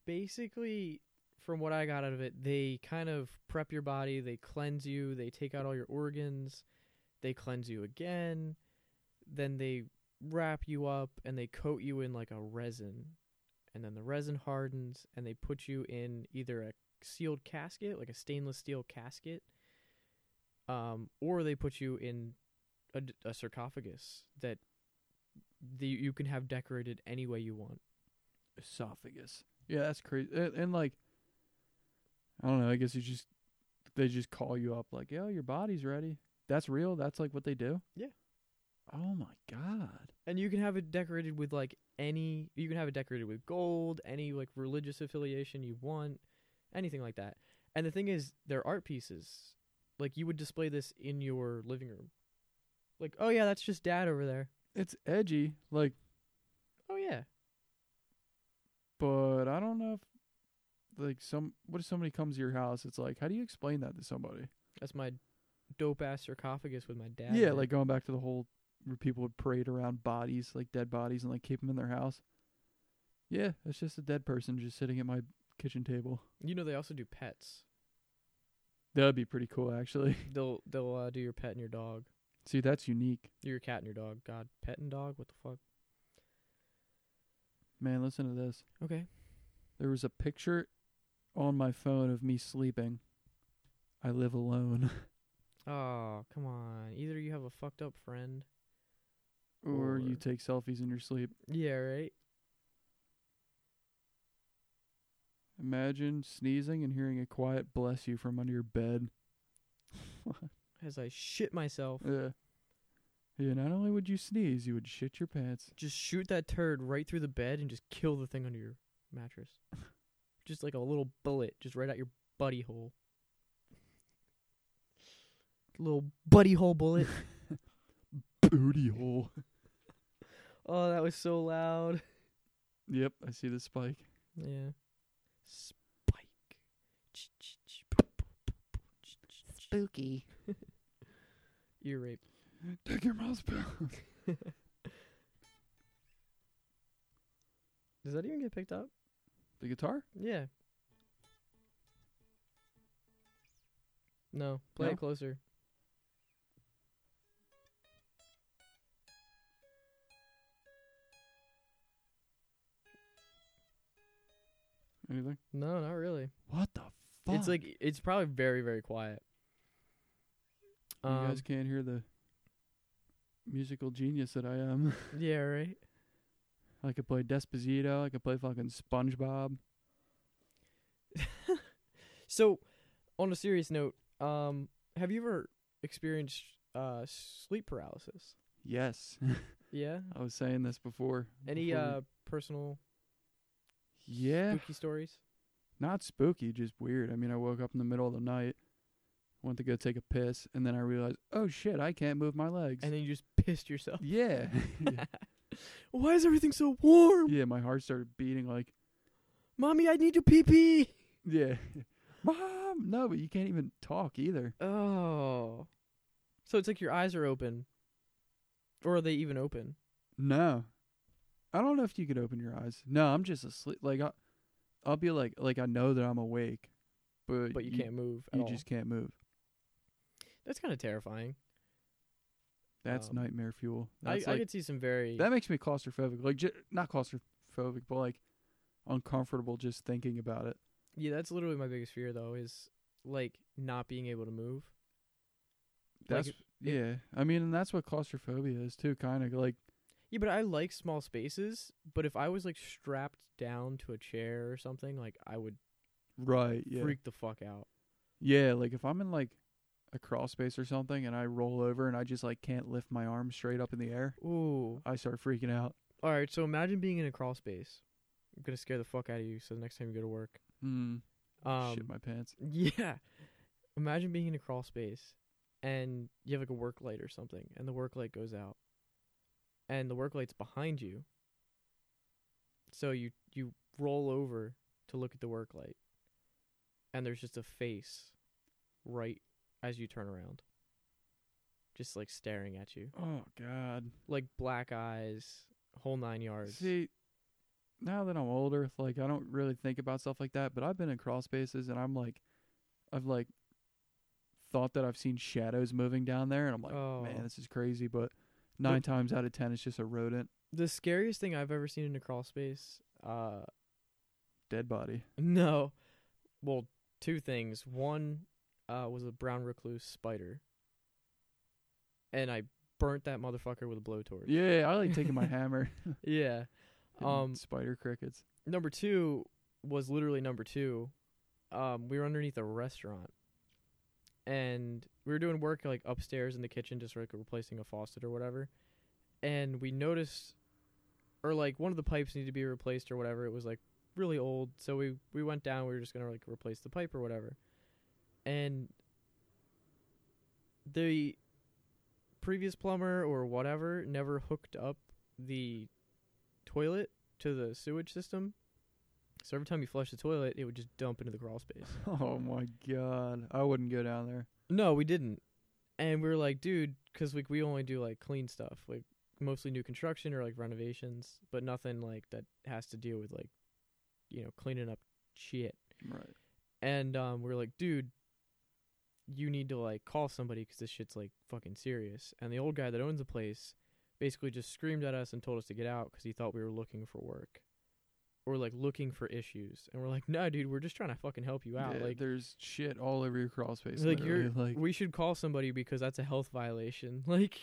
Speaker 2: basically from what i got out of it they kind of prep your body they cleanse you they take out all your organs they cleanse you again then they wrap you up and they coat you in like a resin and then the resin hardens and they put you in either a sealed casket like a stainless steel casket um, or they put you in a, d- a sarcophagus that the, you can have decorated any way you want.
Speaker 1: Esophagus. Yeah, that's crazy. And, and like, I don't know. I guess you just they just call you up like, yo, your body's ready. That's real. That's like what they do.
Speaker 2: Yeah.
Speaker 1: Oh my god.
Speaker 2: And you can have it decorated with like any, you can have it decorated with gold, any like religious affiliation you want, anything like that. And the thing is, they're art pieces. Like you would display this in your living room. Like, oh yeah, that's just dad over there.
Speaker 1: It's edgy. Like.
Speaker 2: Oh yeah.
Speaker 1: but I don't know if like some what if somebody comes to your house? It's like how do you explain that to somebody?
Speaker 2: That's my dope ass sarcophagus with my dad.
Speaker 1: Yeah,
Speaker 2: in it.
Speaker 1: like going back to the whole where people would parade around bodies, like dead bodies, and like keep them in their house. Yeah, it's just a dead person just sitting at my kitchen table.
Speaker 2: you know, they also do pets.
Speaker 1: That would be pretty cool, actually.
Speaker 2: They'll they'll uh, do your pet and your dog.
Speaker 1: See, that's unique,
Speaker 2: Your cat and your dog. God, pet and dog. What the fuck?
Speaker 1: man. Listen to this.
Speaker 2: Okay.
Speaker 1: There was a picture on my phone of me sleeping. I live alone, *laughs*
Speaker 2: Oh, come on. Either you have a fucked up friend.
Speaker 1: or you
Speaker 2: Or-
Speaker 1: take selfies in your sleep.
Speaker 2: Yeah, right.
Speaker 1: Imagine sneezing and hearing a quiet "bless you" from under your *laughs* bed.
Speaker 2: As I shit myself,
Speaker 1: Yeah. Yeah, not only would you sneeze, you would shit your pants.
Speaker 2: just shoot that turd right through the bed and just kill the thing under your mattress. *laughs* just like a little bullet, just right out your buddy hole. little buddy hole *laughs* bullet.
Speaker 1: Booty hole.
Speaker 2: oh, that was so loud.
Speaker 1: Yep, I see the spike.
Speaker 2: Yeah. Spike. *laughs*
Speaker 1: Spooky.
Speaker 2: Ear rape.
Speaker 1: Take your mouse back.
Speaker 2: Does that even get picked up?
Speaker 1: The guitar?
Speaker 2: Yeah. No, play
Speaker 1: No?
Speaker 2: it closer.
Speaker 1: Anything?
Speaker 2: No, not really.
Speaker 1: What the fuck?
Speaker 2: It's like it's probably very very quiet.
Speaker 1: you
Speaker 2: Um,
Speaker 1: guys can't hear the musical genius that I am.
Speaker 2: Um, yeah, right.
Speaker 1: I could play Desposito. I could play fucking SpongeBob.
Speaker 2: So, on a serious note, um, have you ever experienced uh sleep paralysis?
Speaker 1: Yes,
Speaker 2: Yeah.
Speaker 1: I was saying this before.
Speaker 2: Any
Speaker 1: before we-
Speaker 2: uh personal
Speaker 1: Yeah,
Speaker 2: spooky stories?
Speaker 1: not spooky, just weird. I mean, I woke up in the middle of the night, went to go take a piss, and then I realized, oh shit, I can't move my legs. *laughs*
Speaker 2: And then you just pissed yourself.
Speaker 1: yeah. *laughs*
Speaker 2: Why is everything so warm?
Speaker 1: Yeah, my heart started beating like,
Speaker 2: Mommy, I need to pee pee.
Speaker 1: yeah, *laughs* mom. No, but you can't even talk either.
Speaker 2: Oh. So it's like your eyes are open. Or are they even open?
Speaker 1: No, I don't know if you could open your eyes. No, I'm just asleep. Like I, I'll be like, like I know that I'm awake, but
Speaker 2: But you, can't move at
Speaker 1: You
Speaker 2: all.
Speaker 1: just can't move.
Speaker 2: That's kind of terrifying.
Speaker 1: That's
Speaker 2: Um,
Speaker 1: nightmare fuel.
Speaker 2: I,
Speaker 1: That's
Speaker 2: I
Speaker 1: like-
Speaker 2: could see some very.
Speaker 1: that makes me claustrophobic. Like j- not claustrophobic, but like uncomfortable just thinking about it.
Speaker 2: yeah, that's literally my biggest fear though is like not being able to move.
Speaker 1: That's
Speaker 2: Like,
Speaker 1: yeah. I mean, and that's what claustrophobia is too. Kind of like
Speaker 2: Yeah, but I like small spaces. But if I was like strapped down to a chair or something, like I would
Speaker 1: right. Yeah.
Speaker 2: freak the fuck out.
Speaker 1: Yeah, like if I'm in like a crawl space or something and I roll over and I just like can't lift my arm straight up in the air,
Speaker 2: Ooh.
Speaker 1: I start freaking out.
Speaker 2: All right. So imagine being in a crawl space. I'm gonna scare the fuck out of you. So the next time you go to work.
Speaker 1: Mm,
Speaker 2: Um,
Speaker 1: shit my pants.
Speaker 2: *laughs* Yeah. Imagine being in a crawl space and you have like a work light or something and the work light goes out. And the work light's behind you. So you you roll over to look at the work light. And there's just a face right as you turn around. Just like staring at you.
Speaker 1: Oh god.
Speaker 2: Like black eyes, whole 9 yards.
Speaker 1: See, now that I'm older, like I don't really think about stuff like that. But I've been in crawl spaces, and I'm like, I've like thought that I've seen shadows moving down there, and I'm like,
Speaker 2: Oh.
Speaker 1: man, this is crazy. But nine times out of ten, it's just a rodent,
Speaker 2: The scariest thing I've ever seen in a crawl space uh
Speaker 1: dead body.
Speaker 2: No. Well, two things. One uh, was a brown recluse spider, and I burnt that motherfucker with a blowtorch.
Speaker 1: Yeah, I like *laughs* taking my hammer.
Speaker 2: Yeah.
Speaker 1: hitting
Speaker 2: Um,
Speaker 1: spider crickets.
Speaker 2: Number two was literally number two. Um, we were underneath a restaurant, and we were doing work like upstairs in the kitchen, just like replacing a faucet or whatever. And we noticed, or like one of the pipes needed to be replaced or whatever. It was like really old, so we we went down. We were just gonna like replace the pipe or whatever. And the previous plumber or whatever never hooked up the toilet to the sewage system. So every time you flush the toilet, it would just dump into the crawl space.
Speaker 1: *laughs* Oh my god, I wouldn't go down there.
Speaker 2: no, we didn't. And we were like, dude, 'cause like we only do like clean stuff, like mostly new construction or like renovations, but nothing like that has to deal with like, you know, cleaning up shit.
Speaker 1: Right.
Speaker 2: And um, we were like, dude, you need to like call somebody 'cause this shit's like fucking serious. And the old guy that owns the place basically just screamed at us and told us to get out 'cause he thought we were looking for work or like looking for issues. And we're like, no, dude, we're just trying to fucking help you out.
Speaker 1: Yeah,
Speaker 2: like,
Speaker 1: there's shit all over your crawl space.
Speaker 2: like
Speaker 1: literally.
Speaker 2: you're
Speaker 1: like
Speaker 2: we should call somebody because that's a health violation. *laughs* Like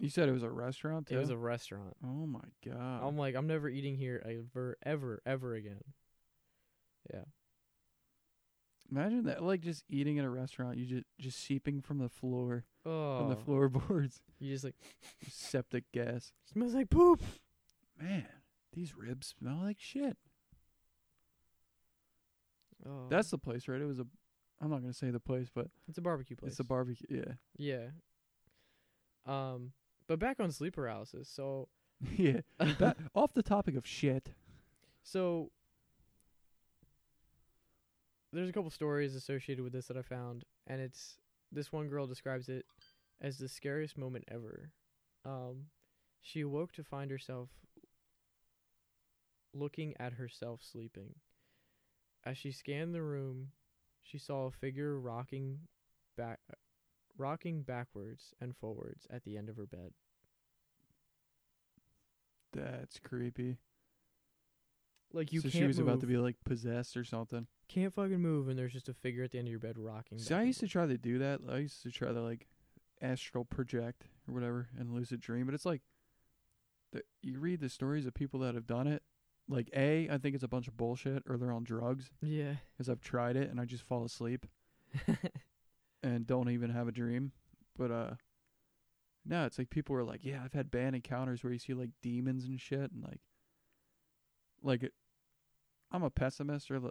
Speaker 1: you said, it was a restaurant. Too?
Speaker 2: it was a restaurant.
Speaker 1: oh my god.
Speaker 2: I'm like, I'm never eating here ever, ever, ever again. Yeah.
Speaker 1: Imagine that, like just eating at a restaurant, you just just seeping from the floor,
Speaker 2: Oh,
Speaker 1: from the floorboards, *laughs*
Speaker 2: you just like
Speaker 1: septic gas.
Speaker 2: smells like poop.
Speaker 1: Man, these ribs smell like shit.
Speaker 2: Oh,
Speaker 1: That's the place, right? It was a, I'm not gonna say the place, but
Speaker 2: it's a barbecue place.
Speaker 1: it's a barbecue. Yeah, *laughs*
Speaker 2: Yeah. Um, but back on sleep paralysis. So,
Speaker 1: yeah. That, *laughs* off the topic of shit.
Speaker 2: so there's a couple stories associated with this that I found, and it's this one girl describes it as the scariest moment ever. Um, she awoke to find herself looking at herself sleeping. As she scanned the room, she saw a figure rocking back, rocking backwards and forwards at the end of her bed.
Speaker 1: That's creepy.
Speaker 2: Like you
Speaker 1: so
Speaker 2: can't
Speaker 1: she was
Speaker 2: move.
Speaker 1: about to be like possessed or something.
Speaker 2: can't fucking move, and there's just a figure at the end of your bed rocking.
Speaker 1: See, I used to try to do that. I used to try to like astral project or whatever and lucid dream, but it's like the, you read the stories of people that have done it. Like a, I think it's a bunch of bullshit, or they're on drugs
Speaker 2: yeah.
Speaker 1: because I've tried it and I just fall asleep and don't even have a dream. But uh, no, it's like people are like, yeah, I've had bad encounters where you see like demons and shit, and like, like, it, I'm a pessimist or, li-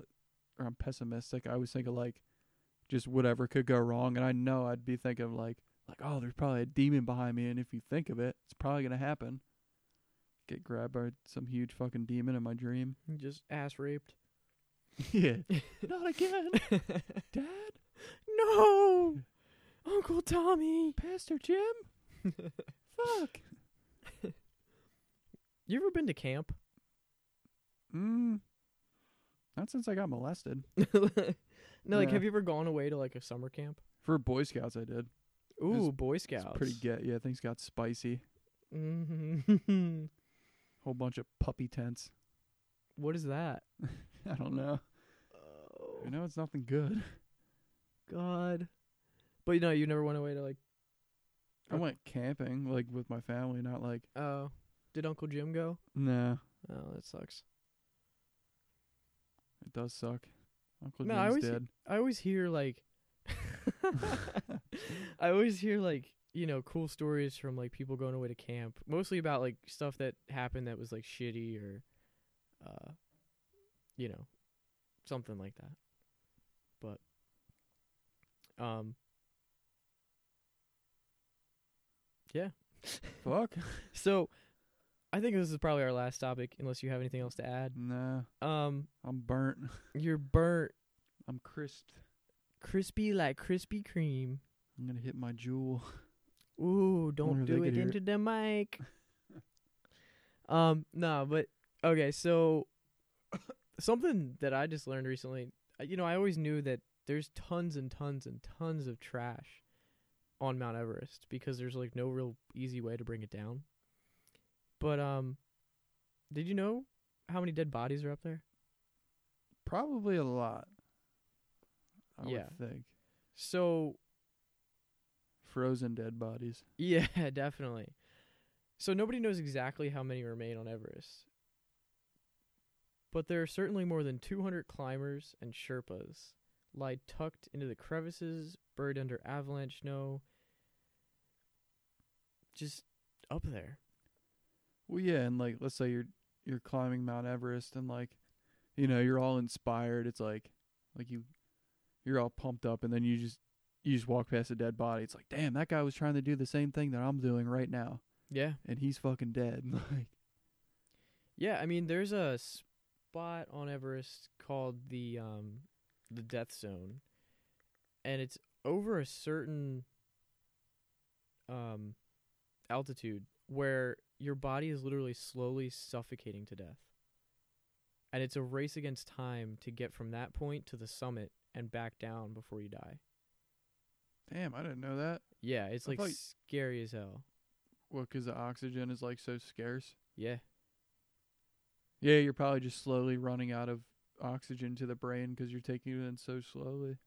Speaker 1: or I'm pessimistic. I always think of like just whatever could go wrong, and I know I'd be thinking of like, like, oh, there's probably a demon behind me, and if you think of it, it's probably gonna happen. Get grabbed by some huge fucking demon in my dream.
Speaker 2: *laughs* just
Speaker 1: *laughs*
Speaker 2: ass raped.
Speaker 1: yeah, *laughs* not again, Dad.
Speaker 2: no, Uncle Tommy. *laughs*
Speaker 1: Pastor Jim. Fuck.
Speaker 2: You ever been to camp? *laughs*
Speaker 1: Mm. Not since I got molested.
Speaker 2: no, like
Speaker 1: Nah.
Speaker 2: have you ever gone away to like a summer camp?
Speaker 1: For Boy Scouts, I did. was-
Speaker 2: Ooh, Boy
Speaker 1: It's
Speaker 2: Scouts.
Speaker 1: pretty good. Yeah, things got spicy.
Speaker 2: Mm-hmm. *laughs*
Speaker 1: Whole bunch of puppy tents. *laughs*
Speaker 2: what is that?
Speaker 1: I don't know.
Speaker 2: Oh
Speaker 1: I know it's nothing good.
Speaker 2: *laughs* God. But you know, you never went away to like.
Speaker 1: I
Speaker 2: Okay.
Speaker 1: went camping, like with my family, not like
Speaker 2: Oh, did Uncle Jim go?
Speaker 1: no.
Speaker 2: Oh, that sucks.
Speaker 1: It does suck. Uncle
Speaker 2: No, I
Speaker 1: Jim's
Speaker 2: always-
Speaker 1: dead.
Speaker 2: I always hear like *laughs* I always hear like you know cool stories from like people going away to camp, mostly about like stuff that happened that was like shitty or, uh, you know, something like that. But, um, yeah.
Speaker 1: Fuck.
Speaker 2: So, I think this is probably our last topic, unless you have anything else to add.
Speaker 1: Nah,
Speaker 2: Um,
Speaker 1: I'm burnt. *laughs*
Speaker 2: you're burnt,
Speaker 1: I'm crisped.
Speaker 2: crispy like Krispy Kreme.
Speaker 1: I'm gonna hit my jewel. *laughs*
Speaker 2: Ooh,
Speaker 1: wonder
Speaker 2: don't
Speaker 1: if they
Speaker 2: do
Speaker 1: could
Speaker 2: it
Speaker 1: hear
Speaker 2: into the mic. *laughs* um, no, but okay, so *laughs* something that I just learned recently, uh, you know, I always knew that there's tons and tons and tons of trash on Mount Everest because there's like no real easy way to bring it down. But um did you know how many dead bodies are up there?
Speaker 1: Probably a lot. I
Speaker 2: Yeah.
Speaker 1: would think.
Speaker 2: So,
Speaker 1: Frozen dead bodies.
Speaker 2: Yeah, *laughs* definitely. So nobody knows exactly how many remain on Everest. But there are certainly more than 200 climbers and Sherpas lie tucked into the crevices, buried under avalanche snow, just up there.
Speaker 1: Well, yeah, and like let's say you're you're climbing Mount Everest, and like, you know, you're all inspired. It's like, like you, you're all pumped up, and then you just you just walk past a dead body. It's like, damn, that guy was trying to do the same thing that I'm doing right now,
Speaker 2: Yeah.
Speaker 1: and he's fucking dead. *laughs* Like,
Speaker 2: Yeah, I mean there's a spot on Everest called the um the death zone. And it's over a certain um altitude where your body is literally slowly suffocating to death. And it's a race against time to get from that point to the summit and back down before you die.
Speaker 1: damn, I didn't know that.
Speaker 2: Yeah, it's
Speaker 1: I
Speaker 2: like
Speaker 1: thought-
Speaker 2: scary as hell.
Speaker 1: Well, 'cause the oxygen is like so scarce.
Speaker 2: Yeah.
Speaker 1: Yeah, you're probably just slowly running out of oxygen to the brain 'cause you're taking it in so slowly,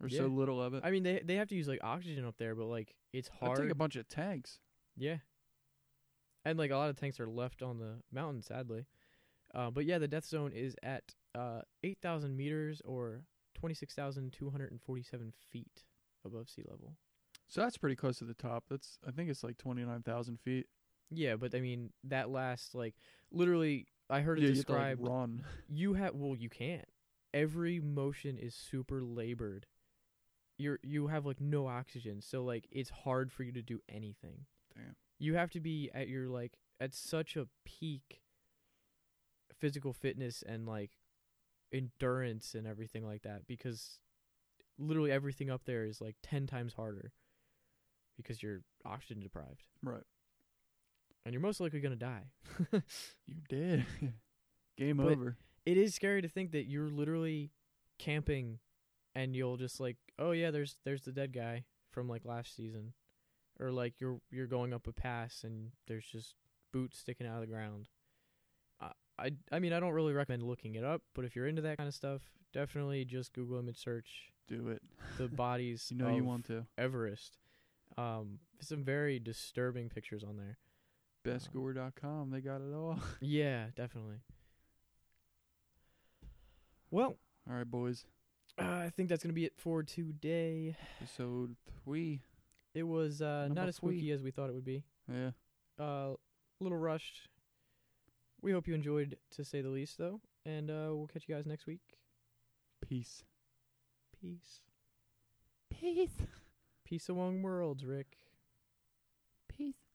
Speaker 1: or so
Speaker 2: Yeah.
Speaker 1: little of it.
Speaker 2: I mean they they have to use like oxygen up there, but like it's hard.
Speaker 1: Uh, I take a bunch of tanks.
Speaker 2: Yeah. And like a lot of tanks are left on the mountain, sadly. Uh, but yeah, the death zone is at uh, 8,000 meters or 26,247 feet above sea level.
Speaker 1: So that's pretty close to the top. That's I think it's like twenty nine thousand feet.
Speaker 2: Yeah, but I mean, that lasts like literally, I heard it
Speaker 1: Yeah, you have to, like,
Speaker 2: described. You, *laughs*
Speaker 1: run.
Speaker 2: have, well, you can't. Every motion is super labored. You're you have like no oxygen, so like it's hard for you to do anything.
Speaker 1: Damn.
Speaker 2: you have to be at your like at such a peak physical fitness and like endurance and everything like that because literally everything up there is like 10 times harder because you're oxygen deprived
Speaker 1: Right.
Speaker 2: and you're most likely going to die.
Speaker 1: You did. *laughs* Game
Speaker 2: But-
Speaker 1: over.
Speaker 2: It is scary to think that you're literally camping and you'll just like oh yeah there's there's the dead guy from like last season or like you're you're going up a pass and there's just boots sticking out of the ground. I I, I mean I don't really recommend looking it up, but if you're into that kind of stuff, definitely just Google image search
Speaker 1: Do it. *laughs*
Speaker 2: the bodies
Speaker 1: You know you
Speaker 2: of Oh.
Speaker 1: want to.
Speaker 2: Everest. Um some very disturbing pictures
Speaker 1: *laughs*
Speaker 2: on there.
Speaker 1: Bestgore.com. They got it all. *laughs*
Speaker 2: Yeah, definitely. Well,
Speaker 1: All right, boys.
Speaker 2: uh, I think that's gonna be it for today.
Speaker 1: Episode three.
Speaker 2: It was uh,
Speaker 1: Number
Speaker 2: not as spooky
Speaker 1: three.
Speaker 2: as we thought it would be.
Speaker 1: Yeah.
Speaker 2: Uh, A little rushed. We hope you enjoyed, to say the least, though. And uh, we'll catch you guys next week.
Speaker 1: Peace.
Speaker 2: Peace.
Speaker 1: Peace.
Speaker 2: Peace among worlds, Rick.
Speaker 1: Peace.